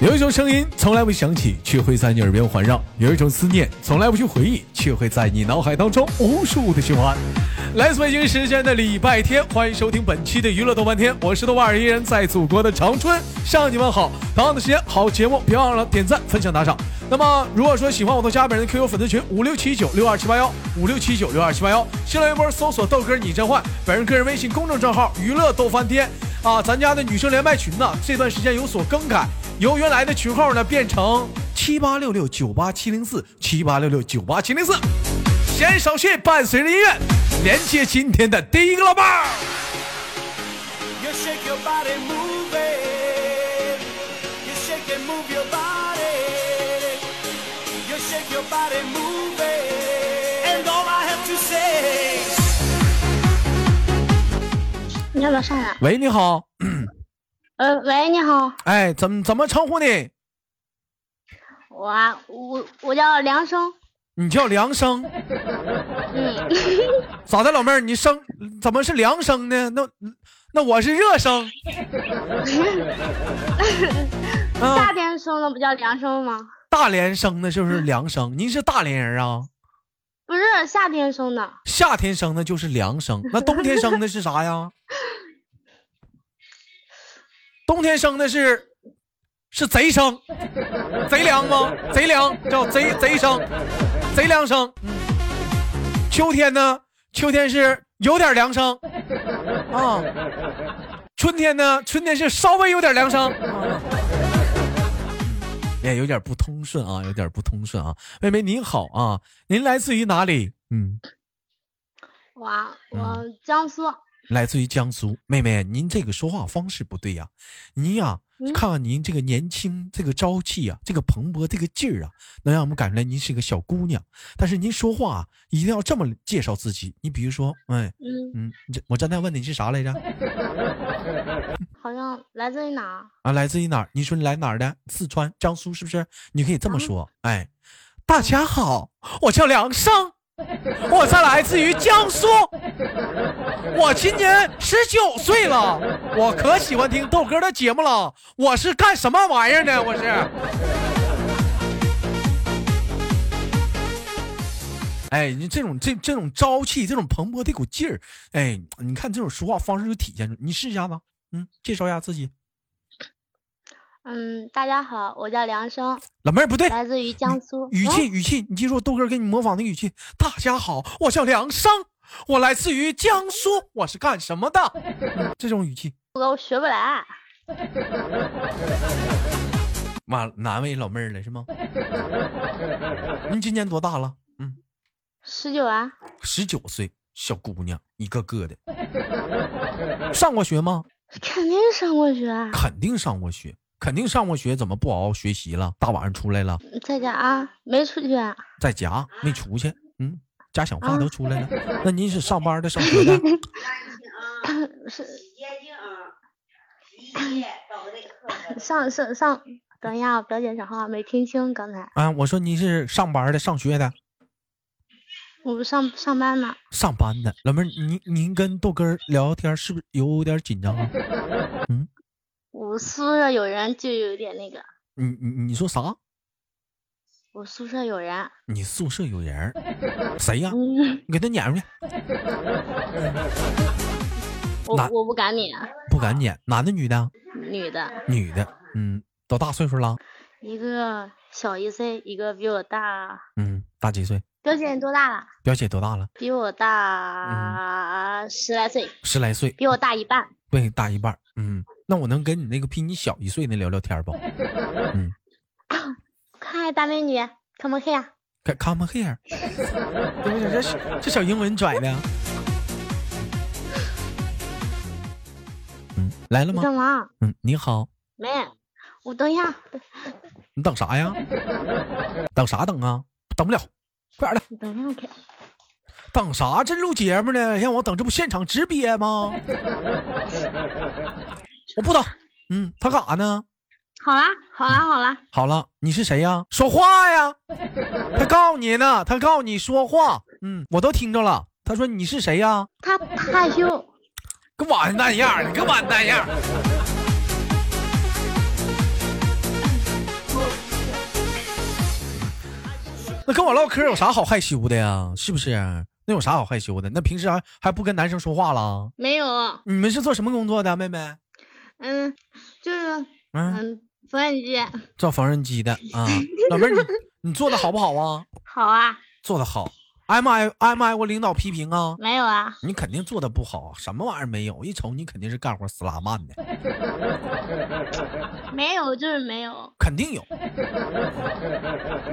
有一种声音从来不响起，却会在你耳边环绕；有一种思念从来不去回忆，却会在你脑海当中无数的循环。来自北京时间的礼拜天，欢迎收听本期的娱乐豆瓣天，我是豆瓣儿，依然在祖国的长春向你们好。同样的时间，好节目别忘了点赞、分享、打赏。那么，如果说喜欢我的加本人的 QQ 粉丝群五六七九六二七八幺五六七九六二七八幺，新浪微博搜索豆哥你真坏，本人个人微信公众账号娱乐豆翻天啊，咱家的女生连麦群呢，这段时间有所更改，由原来的群号呢变成七八六六九八七零四七八六六九八七零四。闲少叙，伴随着音乐，连接今天的第一个老伴儿。 You shake your body, move it. You shake and move your body. You shake your body, move it. And all I have to say is. 你要不要上来？喂，你好，呃，喂，你好，哎，怎么怎么称呼你？我啊我我叫梁生，你叫梁生，嗯，咋的，老妹儿？你生怎么是梁生呢？那那我是热生夏啊，天生的不叫梁生吗？大连生的就是梁生，您是大连人啊？不是夏天生的，夏天生的就是凉生，那冬天生的是啥呀？冬天生的是是贼生，贼凉吗？贼凉叫贼贼生，贼凉生。嗯秋天呢？秋天是有点凉生啊。春天呢？春天是稍微有点凉生。啊哎也有点不通顺啊，有点不通顺啊。妹妹您好啊，您来自于哪里？嗯。我啊我嗯江苏，来自于江苏。妹妹，您这个说话方式不对呀、您呀、嗯看看您这个年轻、这个朝气啊，这个蓬勃、这个劲儿啊，能让我们感觉来您是个小姑娘。但是您说话、啊、一定要这么介绍自己。你比如说，哎，嗯，嗯，你这我刚才问你是啥来着？好像来自于哪儿？啊，来自于哪儿？你说你来哪儿的？四川、江苏是不是？你可以这么说，哎，大家好，我叫梁生，我是来自于江苏，我今年十九岁了，我可喜欢听豆哥的节目了。我是干什么玩意儿呢？我是。哎，你这种这这种朝气，这种蓬勃的股劲儿，哎，你看这种说话方式就体现出。你试一下子，嗯，介绍一下自己。嗯，大家好，我叫梁生，老妹儿不对，来自于江苏。哎语嗯气语气，你记住豆哥给你模仿的语气。大家好，我叫梁生，我来自于江苏，我是干什么的？ 嗯这种语气，我都学不来，啊妈难为老妹儿了是吗？ 你今年多大了？嗯，十九啊，十九岁，小姑娘，一个个的。上过学吗？肯定上过学啊，肯定上过学，肯定上过学，怎么不好好学习了？大晚上出来了，在家啊，没出去啊，在家没出去，嗯，家想饭啊都出来了。那您是上班的，上学的？是接近啊，一夜搞的那个课程。上上上，等一下，我表姐讲话没听清刚才，啊，我说您是上班的，上学的？我不上上班呢，上班的老妹儿，您您跟豆哥儿聊天是不是有点紧张啊？我宿舍有人就有点那个，你你你说啥？我宿舍有人， 你宿舍有人儿？谁呀、嗯，你给他撵出去！我男我不敢撵，不敢撵，男的女的？女的，女的。嗯，多大岁数了？一个小一岁，一个比我大，嗯，大几岁？表姐你多大了？表姐多大了？比我大嗯十来岁，十来岁，比我大一半。比你大一半儿。嗯，那我能跟你那个比你小一岁的聊聊天儿不？嗯，嗨，大美女，come here，看 come here，对不对？这小这小英文拽的。啊嗯，来了你吗？干嘛？嗯，你好。没，我等一下，你等啥呀？等啥等啊？等不了，快点的！你等一下，等啥？这录节目呢？让我等，这不现场直憋吗？我不等。嗯，他干啥呢？好啦，好啦，好啦，好了，你是谁呀？说话呀！他告你呢，他告你说话。嗯，我都听着了。他说你是谁呀？她她害羞，跟完蛋样儿，你跟完蛋样儿。那跟我唠嗑有啥好害羞的呀？是不是？那有啥好害羞的？那平时还还不跟男生说话了？啊没有，你们是做什么工作的，妹啊妹？嗯，就是嗯，嗯，缝纫机造缝纫机的啊。老妹儿，你你做的好不好啊？好啊，做的好，挨没挨挨没挨过领导批评啊？没有啊，你肯定做的不好，啊什么玩意儿没有？一瞅你肯定是干活死拉慢的，没有就是没有，肯定有。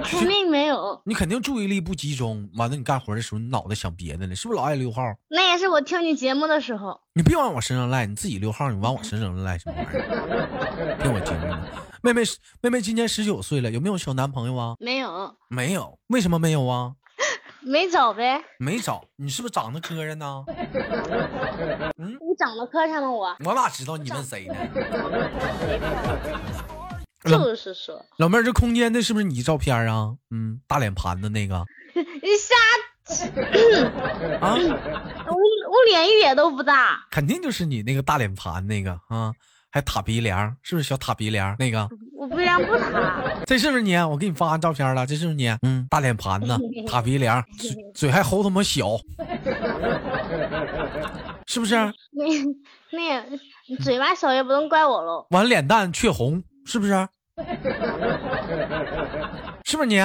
肯定没有。你肯定注意力不集中，完了你干活的时候你脑袋想别的了，是不是老爱溜号？那也是我听你节目的时候，你别往我身上赖，你自己溜号，你往我身上赖什么玩意儿？听我节目呢，妹妹，妹妹今年十九岁了，有没有小男朋友啊？没有，没有，为什么没有啊？没找呗。没找，你是不是长得磕碜呢？你长得磕碜吗？我我哪知道你问谁呢？老就是说，老妹儿，这空间的是不是你照片啊？嗯，大脸盘子那个你瞎，啊，我我脸一点都不大，肯定就是你那个大脸盘那个啊，还塌鼻梁儿，是不是小塌鼻梁儿那个？我鼻梁不塌，这是不是你？啊我给你发完照片了，这是不是你？嗯，大脸盘 子，塌鼻梁，嘴嘴还齁他妈小， 是不啊是？那那也你嘴巴小也不能怪我喽。完脸蛋雀红，是不 是？是不是你？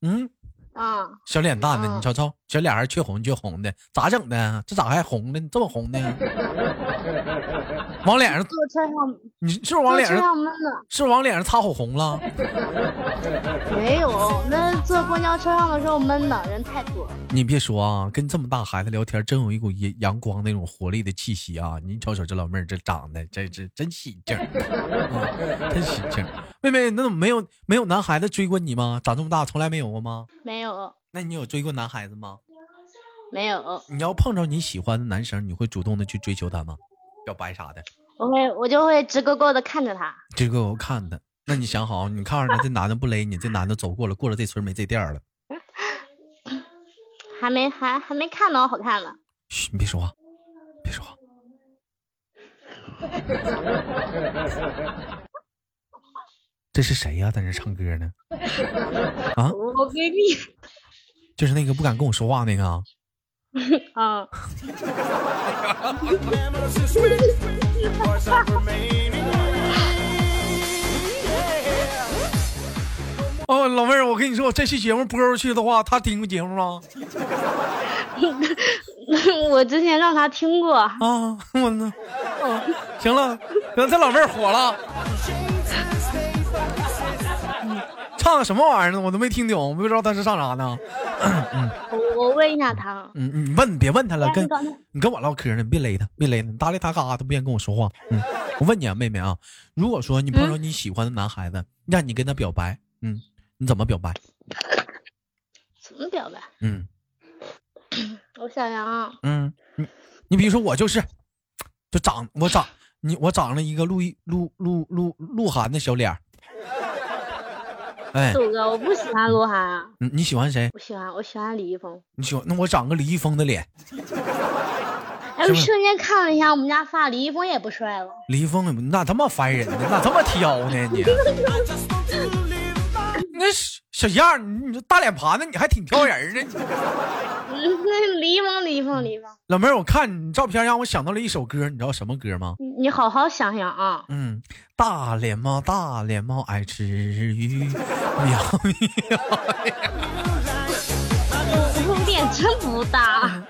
嗯，啊、小脸蛋子，嗯你瞅瞅，小脸还雀红雀红的，咋整的？啊这咋还红呢？你这么 红呢？往脸上，坐车上你是不是往坐脸车上，上闷了，是不是往脸上擦火红了？没有，那是坐公交车上的时候闷的，人太多了。你别说啊，跟这么大孩子聊天，真有一股阳阳光那种活力的气息啊！你瞅瞅这老妹儿，这长得这这真喜庆，啊，真喜庆。妹妹，那怎么没有没有男孩子追过你吗？长这么大从来没有过吗？没有，那你有追过男孩子吗？没有，你要碰着你喜欢的男生，你会主动的去追求他吗？表白啥的？我会我就会直勾勾的看着他。这个我看他，那你想好，你看着他，这男的不勒你，这男的走过了，过了这村没这店儿了。还没还还没看到好看呢，嘘，你别说话，别说话。 这是谁呀、在那唱歌呢？啊，我给你就是那个不敢跟我说话那个啊。啊， Cameras and switch, voice of remaining. Yeah. 哦，老妹儿，我跟你说，我这期节目播出去的话，他听过节目啊吗？我之前让他听过，啊，我呢？啊，行了，行，这老妹儿火了。嗯唱的什么玩意儿呢？我都没听懂，我不知道他是唱啥呢。我我问一下他，嗯，你问别问他了，哎跟你刚才你跟我唠嗑呢，你别勒他，别勒他，你搭理他干啥？他不愿意跟我说话。嗯，我问你啊，妹妹啊，如果说你碰到你喜欢的男孩子，让你跟他表白，嗯，你怎么表白？怎么表白？嗯我想想啊，嗯，你你比如说我就是，就长我长你我长了一个鹿一鹿鹿鹿鹿晗的小脸儿，哎，豆哥，我不喜欢鹿晗啊，你你喜欢谁？我喜欢我喜欢李易峰。你喜欢那我长个李易峰的脸，哎，我瞬间看了一下我们家发，李易峰也不帅了。 李易峰那他妈烦人呢，咋这么挑呢你？那小小样儿，你你这大脸盘子，你还挺挑人儿呢。你嗯，那李易峰，李易峰，李易峰，老妹儿，我看你照片让我想到了一首歌，你知道什么歌吗？你你好好想想啊，嗯，大脸猫，大脸猫爱吃鱼，喵喵。我我脸真不 大，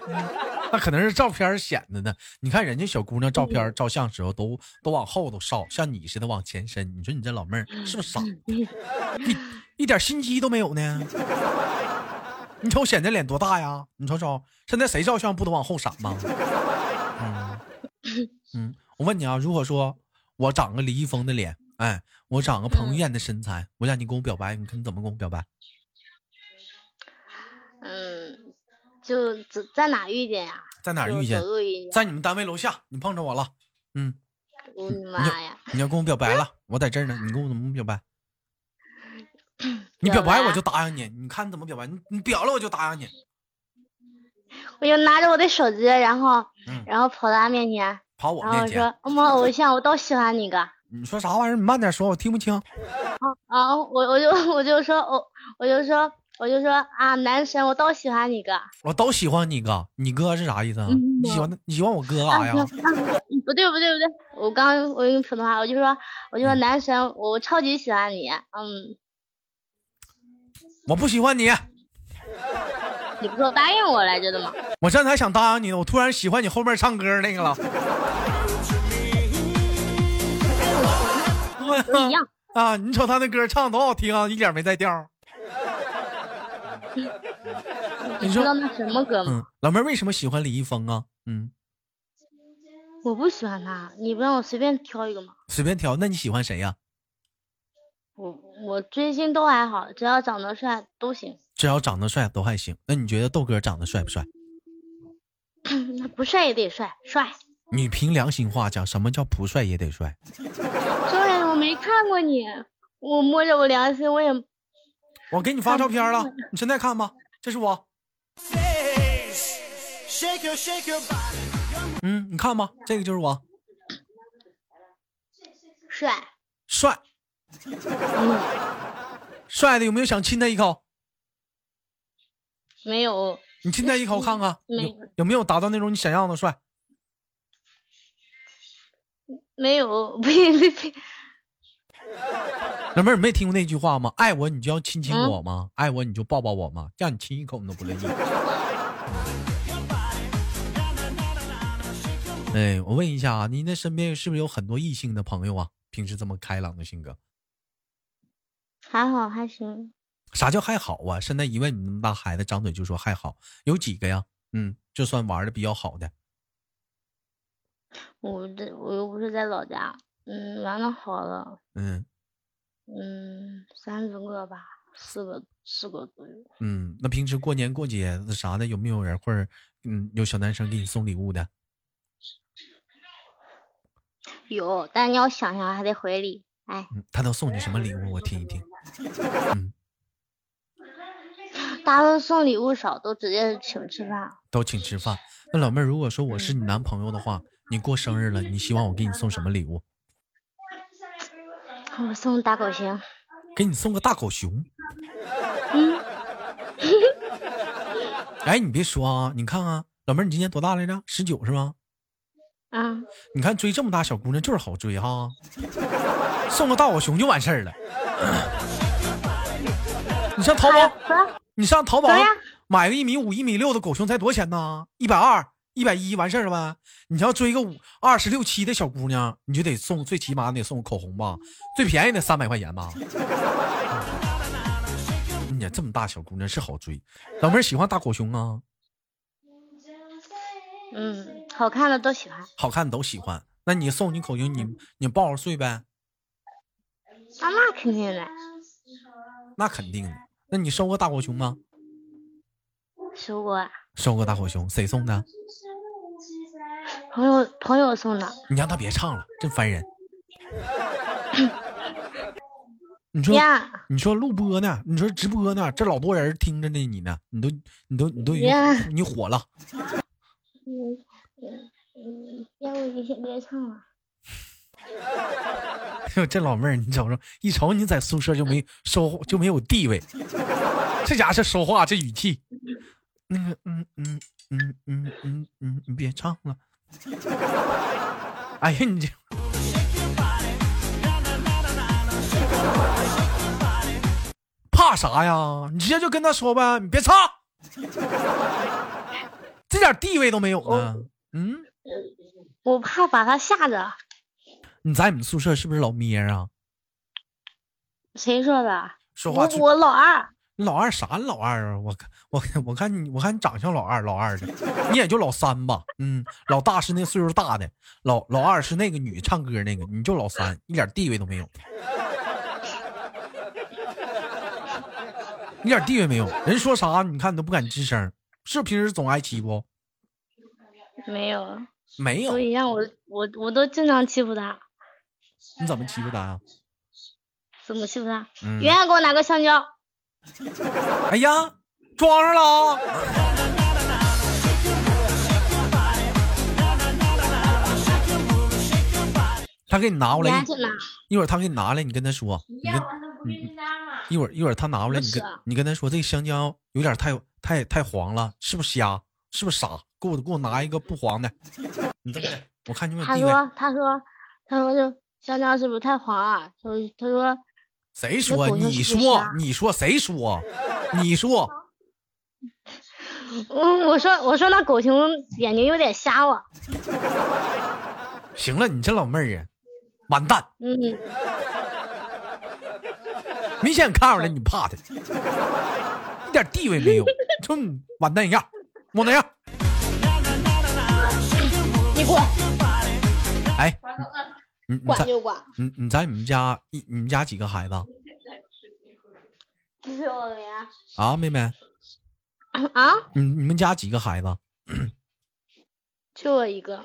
那可能是照片显得呢。你看人家小姑娘照片照相时候都都往后头稍，像你似的往前伸。你说你这老妹儿是不是傻？一一点心机都没有呢？你瞅显这脸多大呀？你瞅瞅，现在谁照相不都往后闪吗？嗯嗯，我问你啊，如果说我长个李易峰的脸，哎，我长个彭于晏的身材，我让你跟我表白，你看你怎么跟我表白？嗯，就在在哪遇见呀、在哪儿就遇见走？路遇见。在你们单位楼下，你碰着我了。嗯，我的妈呀！你要跟我表白了，我在这儿呢，你跟我怎么表白？你表白我就答应你，你看你怎么表白？你你表了我就答应你，我就拿着我的手机，然后嗯然后跑到他面前，跑我然后面我前，说哦我们偶像，我都喜欢你个。你啊说啥玩意儿？你慢点说，我听不清。然后我我就我就说我我就说我就说啊，男神，我都喜欢你哥。我都喜欢你哥，你哥是啥意思啊？嗯你喜欢你喜欢我哥干啥啊呀？ 不对不对不对，我刚我用普通话，我就说我就说男神，我超级喜欢你，嗯，我不喜欢你，你不是说答应我来着的吗？我刚才想答应你呢，我突然喜欢你后面唱歌那个了。都嗯一样， 啊，你瞅他那歌唱多好听啊，一点没带调儿。你知道那什么歌吗？嗯，老妹儿为什么喜欢李易峰啊？嗯，我不喜欢他，你不让我随便挑一个吗？随便挑。那你喜欢谁呀、我我追星都还好，只要长得帅都行，只要长得帅都还行。那你觉得豆哥长得帅不帅？那不帅也得帅，帅。你凭良心话讲，什么叫不帅也得帅？对，我没看过你，我摸着我良心，我也我给你发照片嗯了，你现在看吧，这是我。 Shake your, shake your body. 嗯，你看吧，这个就是我，帅。帅，嗯，帅的有没有想亲他一口？没有，你亲他一口看看，没有有没有达到那种你想要的帅？没有，呸呸呸！老妹儿，你没听过那句话吗？爱我你就要亲亲我吗？爱我你就抱抱我吗？让你亲一口你都不乐意。哎，我问一下啊，您的身边是不是有很多异性的朋友啊？平时这么开朗的性格，还好还行，啥叫还好啊？现在一问你那么大孩子，张嘴就说还好，有几个呀？嗯，就算玩的比较好的，我这我又不是在老家，嗯，玩的好了，嗯嗯，三十个吧，四个四个左右，嗯，那平时过年过节啥的，有没有人或者嗯有小男生给你送礼物的？有，但你要想想还得回礼，哎，嗯，他都送你什么礼物？我听一听。大家都送礼物少，都直接请吃饭，都请吃饭。那老妹儿，如果说我是你男朋友的话，你过生日了，你希望我给你送什么礼物？我送大狗熊，给你送个大狗熊。哎，你别说啊，你看啊，老妹儿，你今年多大来着？十九是吗？啊，你看追这么大小姑娘就是好追哈，送个大狗熊就完事儿了。 你上淘宝，走，你上淘宝怎么样买个一米五、一米六的狗熊才多少钱呢？一百二、一百一完事儿了呗。你要追个五二十六七的小姑娘，你就得送最起码你得送口红吧，最便宜的三百块钱吧。 哎呀，这么大小姑娘是好追，老妹儿喜欢大狗熊啊，嗯，好看的都喜欢，好看都喜欢。那你送你口熊，你你抱着睡呗，那那肯定的，那肯定的。那你收过大狗熊吗？收过，收过大狗熊，谁送的？朋友朋友送的，你让他别唱了，真烦人。你说呀，你说录播呢？你说直播呢？这老多人听着呢，你呢？你都你都你都已经 Yeah 你火了，嗯嗯嗯，要不你先别唱了。 哎这老妹儿，你瞅瞅，一瞅你在宿舍就没收就没有地位， 这家伙这说话这语气，那个嗯嗯嗯嗯嗯嗯，你别唱了。哎呀，你这怕啥呀？你直接就跟他说呗，你别唱， 这点地位都没有呢。哦嗯，我怕把他吓着。你在你们宿舍是不是老咩啊？谁说的？说话我最我老二，老二啥老二啊？我看我看我看你我看你长相老二老二的，你也就老三吧。嗯，老大是那岁数大的，老老二是那个女唱歌那个，你就老三，一点地位都没有，一点地位没有。人说啥你看你都不敢吱声，是不是平时总挨欺负？没有，没有都，一样。我我我都经常欺负他，你怎么欺负他啊？怎么欺负他？嗯圆圆给我拿个香蕉，哎呀，装上了啊！他给你拿过你来还一去拿。一会儿他给你拿来，你跟他说，你跟嗯冰渣嘛，一会儿一会儿他拿过来，啊不你跟是啊你跟他说这个香蕉有点太太太黄了，是不是瞎？是不是傻？给我给我拿一个不黄的，你这么的，我看你们他地位。说他说他说就香蕉是不是太黄啊？他说他说谁说？狗就你是说瞎？你说谁说？你说？嗯，我说我说那狗熊眼睛有点瞎了，行了，你这老妹儿啊，完蛋！嗯， 明显看出来你怕他，一点地位没 有，就你完蛋样，我那样。你滚，哎，管够了，你你啊管在就管，你你在你们家一你们家几个孩子这是我的呀，啊，妹妹？啊，你你们家几个孩子？就我一个，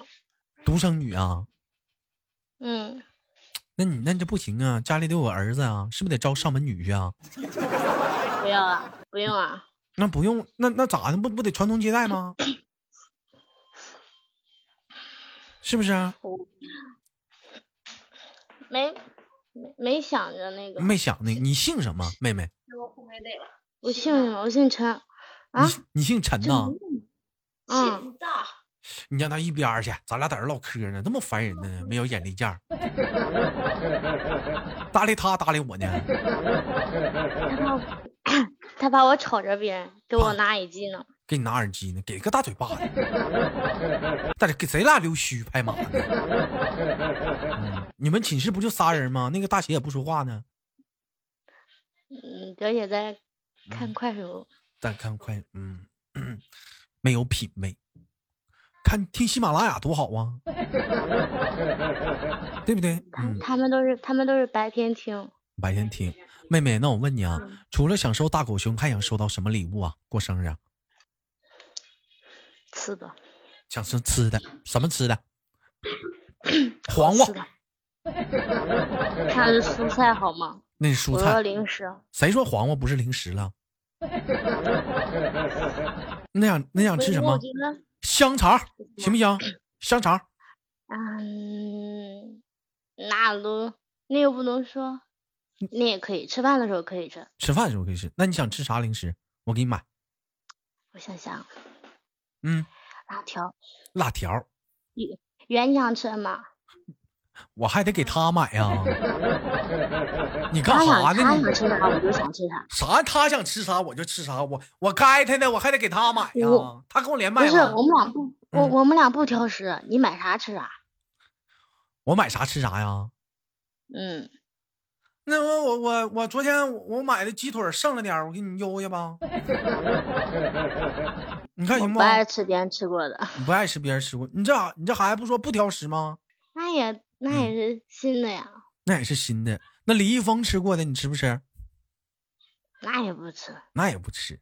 独生女啊？嗯，那你那这不行啊，家里得有个儿子啊，是不是得招上门女婿啊？不要啊了，不用了，那不用，那那咋的？不不得传宗接代 吗？是不是啊？没没没想着那个，没想呢，你姓什么，妹妹？给我烘焙累了。我姓什么？我姓陈，啊你，你姓陈呐？嗯，知道，你让他一边儿去，咱俩在这唠嗑呢，这么烦人呢，没有眼力见儿，搭理他搭理我呢。他把我瞅着别人，给啊我拿耳机呢，给你拿耳机呢，给个大嘴巴子，但是给谁俩溜须拍马呢、嗯你们寝室不就仨人吗？那个大姐也不说话呢，嗯，表姐在嗯看快手，但看快，嗯，没有品味。看听喜马拉雅多好啊，对不对？他嗯，他们都是他们都是白天听，嗯白天听。妹妹，那我问你啊，除了想收大狗熊，还想收到什么礼物啊？过生日啊吃的，想吃吃的，什么吃的？黄瓜吃，的，看是蔬菜好吗？那是蔬我菜。要零食，谁说黄瓜不是零食 了？那想那想吃什么我？觉得，香肠儿行不行？香肠儿嗯，那都那又不能说，嗯那也可以，吃饭的时候可以吃。吃饭的时候可以吃。那你想吃啥零食？我给你买。我想想，嗯，辣条，辣条儿，原想吃什么？我还得给他买呀、 你干他啥想呢他啊你？想吃啥，我就想吃啥。啥？他想吃啥我就吃啥，我我该他的，我还得给他买呀、 我他跟我连不麦是，吗我？们俩不，我嗯我们俩不挑食，你买啥吃啊啥。我买啥吃啥呀？嗯，那我我我我昨天我买的鸡腿儿剩了点儿，我给你邮去吧。 你看我行不不？爱吃别人吃过的。你不爱吃别人吃过，你这孩你这孩子不说不挑食吗？那也那嗯也是新的呀，那也是新的。那李易峰吃过的你吃不吃？那也不吃，那也不吃。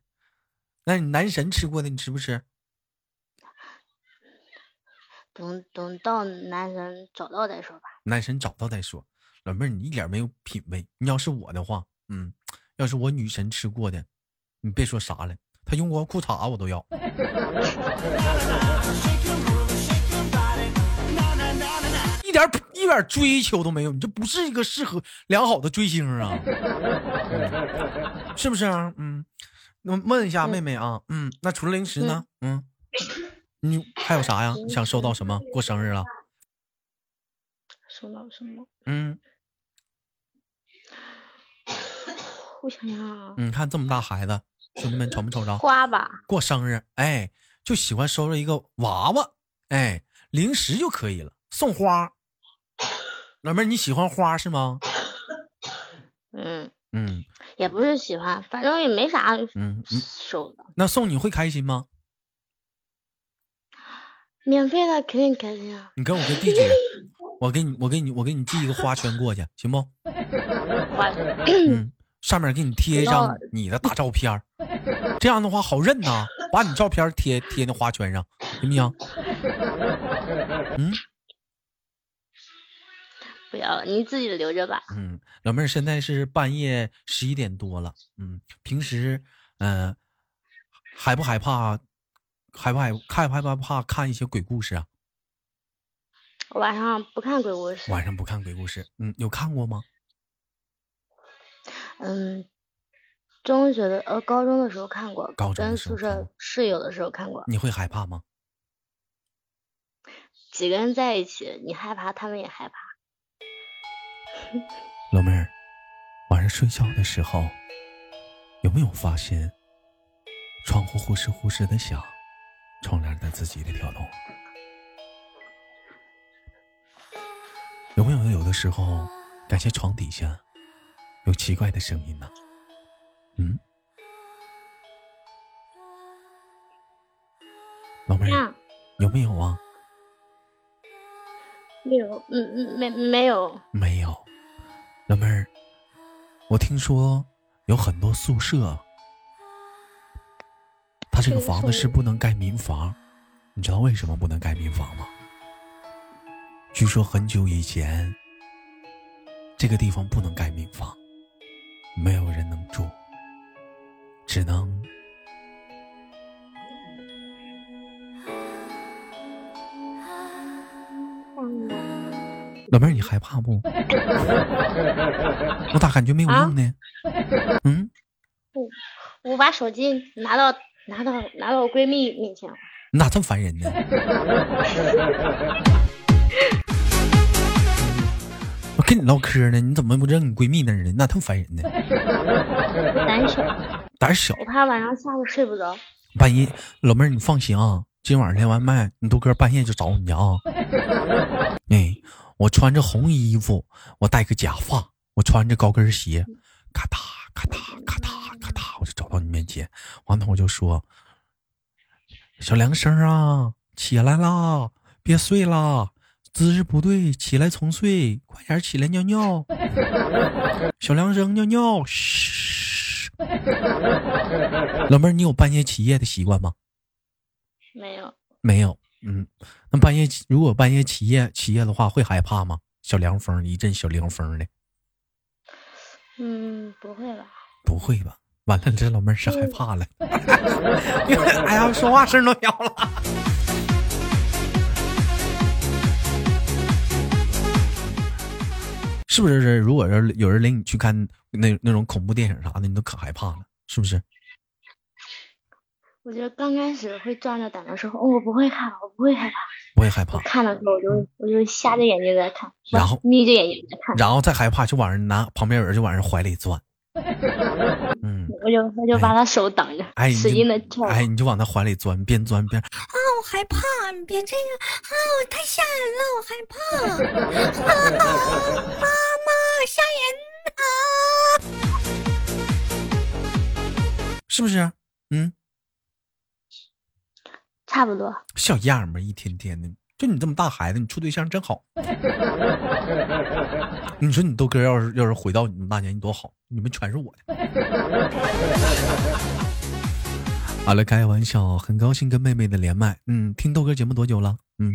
那你男神吃过的你吃不吃？等等到男神找到再说吧。男神找到再说。老妹儿，你一点没有品味。你要是我的话，嗯，要是我女神吃过的，你别说啥了，她用过裤衩我都要。 一点一点追求都没有，你这不是一个适合良好的追星啊， 嗯是不是啊？嗯，那问一下嗯妹妹啊，嗯，那除了零食呢？嗯，你还有啥呀？你想收到什么？过生日了？收到什么？嗯，我想想啊，你看这么大孩子，兄弟们瞅没瞅着？花吧，过生日，哎，就喜欢收着一个娃娃，哎，零食就可以了，送花。老妹儿，你喜欢花是吗？嗯，嗯也不是喜欢，反正也没啥嗯，嗯收的，那送你会开心吗？免费的肯定开心啊。你给我个地址，我给你，我给你，我给你寄一个花圈过去，行不？花嗯，上面给你贴一张你的大照片儿，这样的话好认呐、把你照片贴贴那花圈上，行不行？嗯不要了，你自己留着吧。嗯，老妹儿现在是半夜十一点多了，嗯，平时嗯、呃害不害怕？害不害害不害怕怕看一些鬼故事啊？我晚上不看鬼故事，晚上不看鬼故事，嗯，有看过吗？嗯，中学的呃高中的时候看过，高中的跟时候宿看舍过嗯室友的时候看过，你会害怕吗？几个人在一起，你害怕，他们也害怕。老妹儿，晚上睡觉的时候，有没有发现窗户呼哧呼哧的响，窗帘在自己的跳动？有没有有的时候感觉床底下有奇怪的声音呢？嗯，老妹儿呀，有没有啊？没有，嗯嗯，没没有，没有，老妹儿，我听说有很多宿舍，它这个这个房子宿是不能盖民房，你知道为什么不能盖民房吗？据说很久以前，这个地方不能盖民房，没有人能住，只能老妹儿，你害怕 不？我咋感觉没有啊用呢？嗯，我把手机拿到拿到拿到我闺蜜面前了，你咋这么烦人呢？我跟你唠嗑呢，你怎么不扔你闺蜜那儿呢？你咋这么烦人呢？难受，胆儿小，我怕晚上吓得睡不着。半夜老妹儿你放心啊，今晚上连完麦，你豆哥半夜就找你去啊。哎，我穿着红衣服，我戴个假发，我穿着高跟鞋，咔嗒咔嗒咔嗒咔嗒，我就走到你面前，完了我就说：“小梁生啊，起来啦，别睡啦，姿势不对，起来重睡，快点起来尿尿。小梁生尿尿，嘘。”老妹儿，你有半夜起夜的习惯吗？没有，没有。嗯，那半夜起如果半夜起夜起夜的话，会害怕吗？小凉风，一阵小凉风的，嗯，不会吧？不会吧？完了，这老妹儿是害怕了， 因为哎呀，说话声都小了。是不是？如果是有人领你去看那那种恐怖电影啥的，你都可害怕了，是不是？我觉得刚开始会壮着胆子说，哦，我不会看，我不会害怕。我也害怕我。看的时候，我就我就瞎着眼睛在看，然后不眯着眼睛在看，然后再害怕，就往人拿旁边有人就往人怀里钻。嗯，我就我就把他手挡着，哎，你使就劲的跳。哎，你就往他怀里钻，边钻边，啊，我害怕，你别这样啊，我太吓人了，我害怕，啊，妈妈吓人啊！是不是？嗯，差不多，小样们，一天天的，就你这么大孩子，你处对象真好。你说你豆哥要是要是回到你们那年，你多好，你们全是我的。好了，开玩笑，很高兴跟妹妹的连麦。嗯，听豆哥节目多久了？嗯，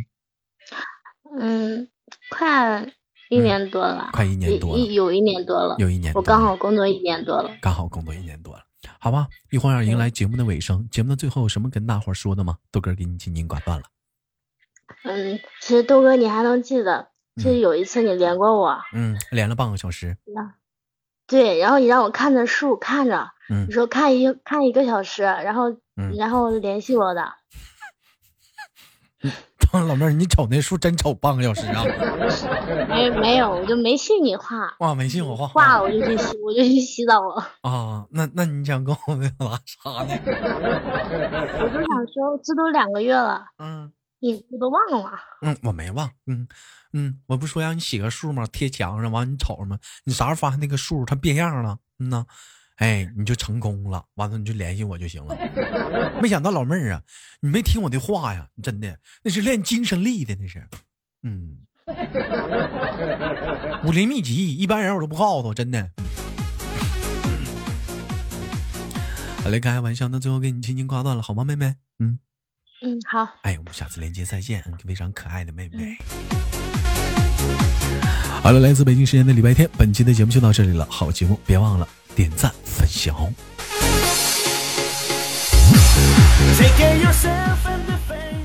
嗯，快一嗯年多了，快一年一多了啊一有一年多了，有一年多我刚了好工作一年多了。刚好工作一年多了，好吧？一会儿要迎来节目的尾声，节目的最后有什么跟大伙儿说的吗？豆哥给你进行挂断了。嗯，其实豆哥你还能记得，就嗯是有一次你连过我，嗯，连了半个小时。 对，然后你让我看着树看着，嗯你说看一看一个小时，然后、嗯然后联系我的，老妹儿，你瞅那树真瞅半个小时啊！没没有，我就没信你话，哇，没信我话话我就去洗，我就去洗澡了，啊！那那你想跟我那 啥啥呢？我就想说这都两个月了，嗯你我都忘了，嗯，我没忘。嗯嗯，我不说让你写个数吗？贴墙上，完你瞅着吗？你啥时候发现那个数它变样了？嗯呐，哎，你就成功了。完了你就联系我就行了。没想到老妹儿啊，你没听我的话呀，真的，那是练精神力的，那是。嗯，武林秘籍，一般人我都不告诉我，真的。好嘞，开玩笑，那最后给你轻轻挂断了，好吗，妹妹？嗯，嗯，好，哎，我们下次连接再见，嗯非常可爱的妹妹。好了，来自北京时间的礼拜天，本期的节目就到这里了。好节目，别忘了点赞分享哦。 Take care of yourself and the fame.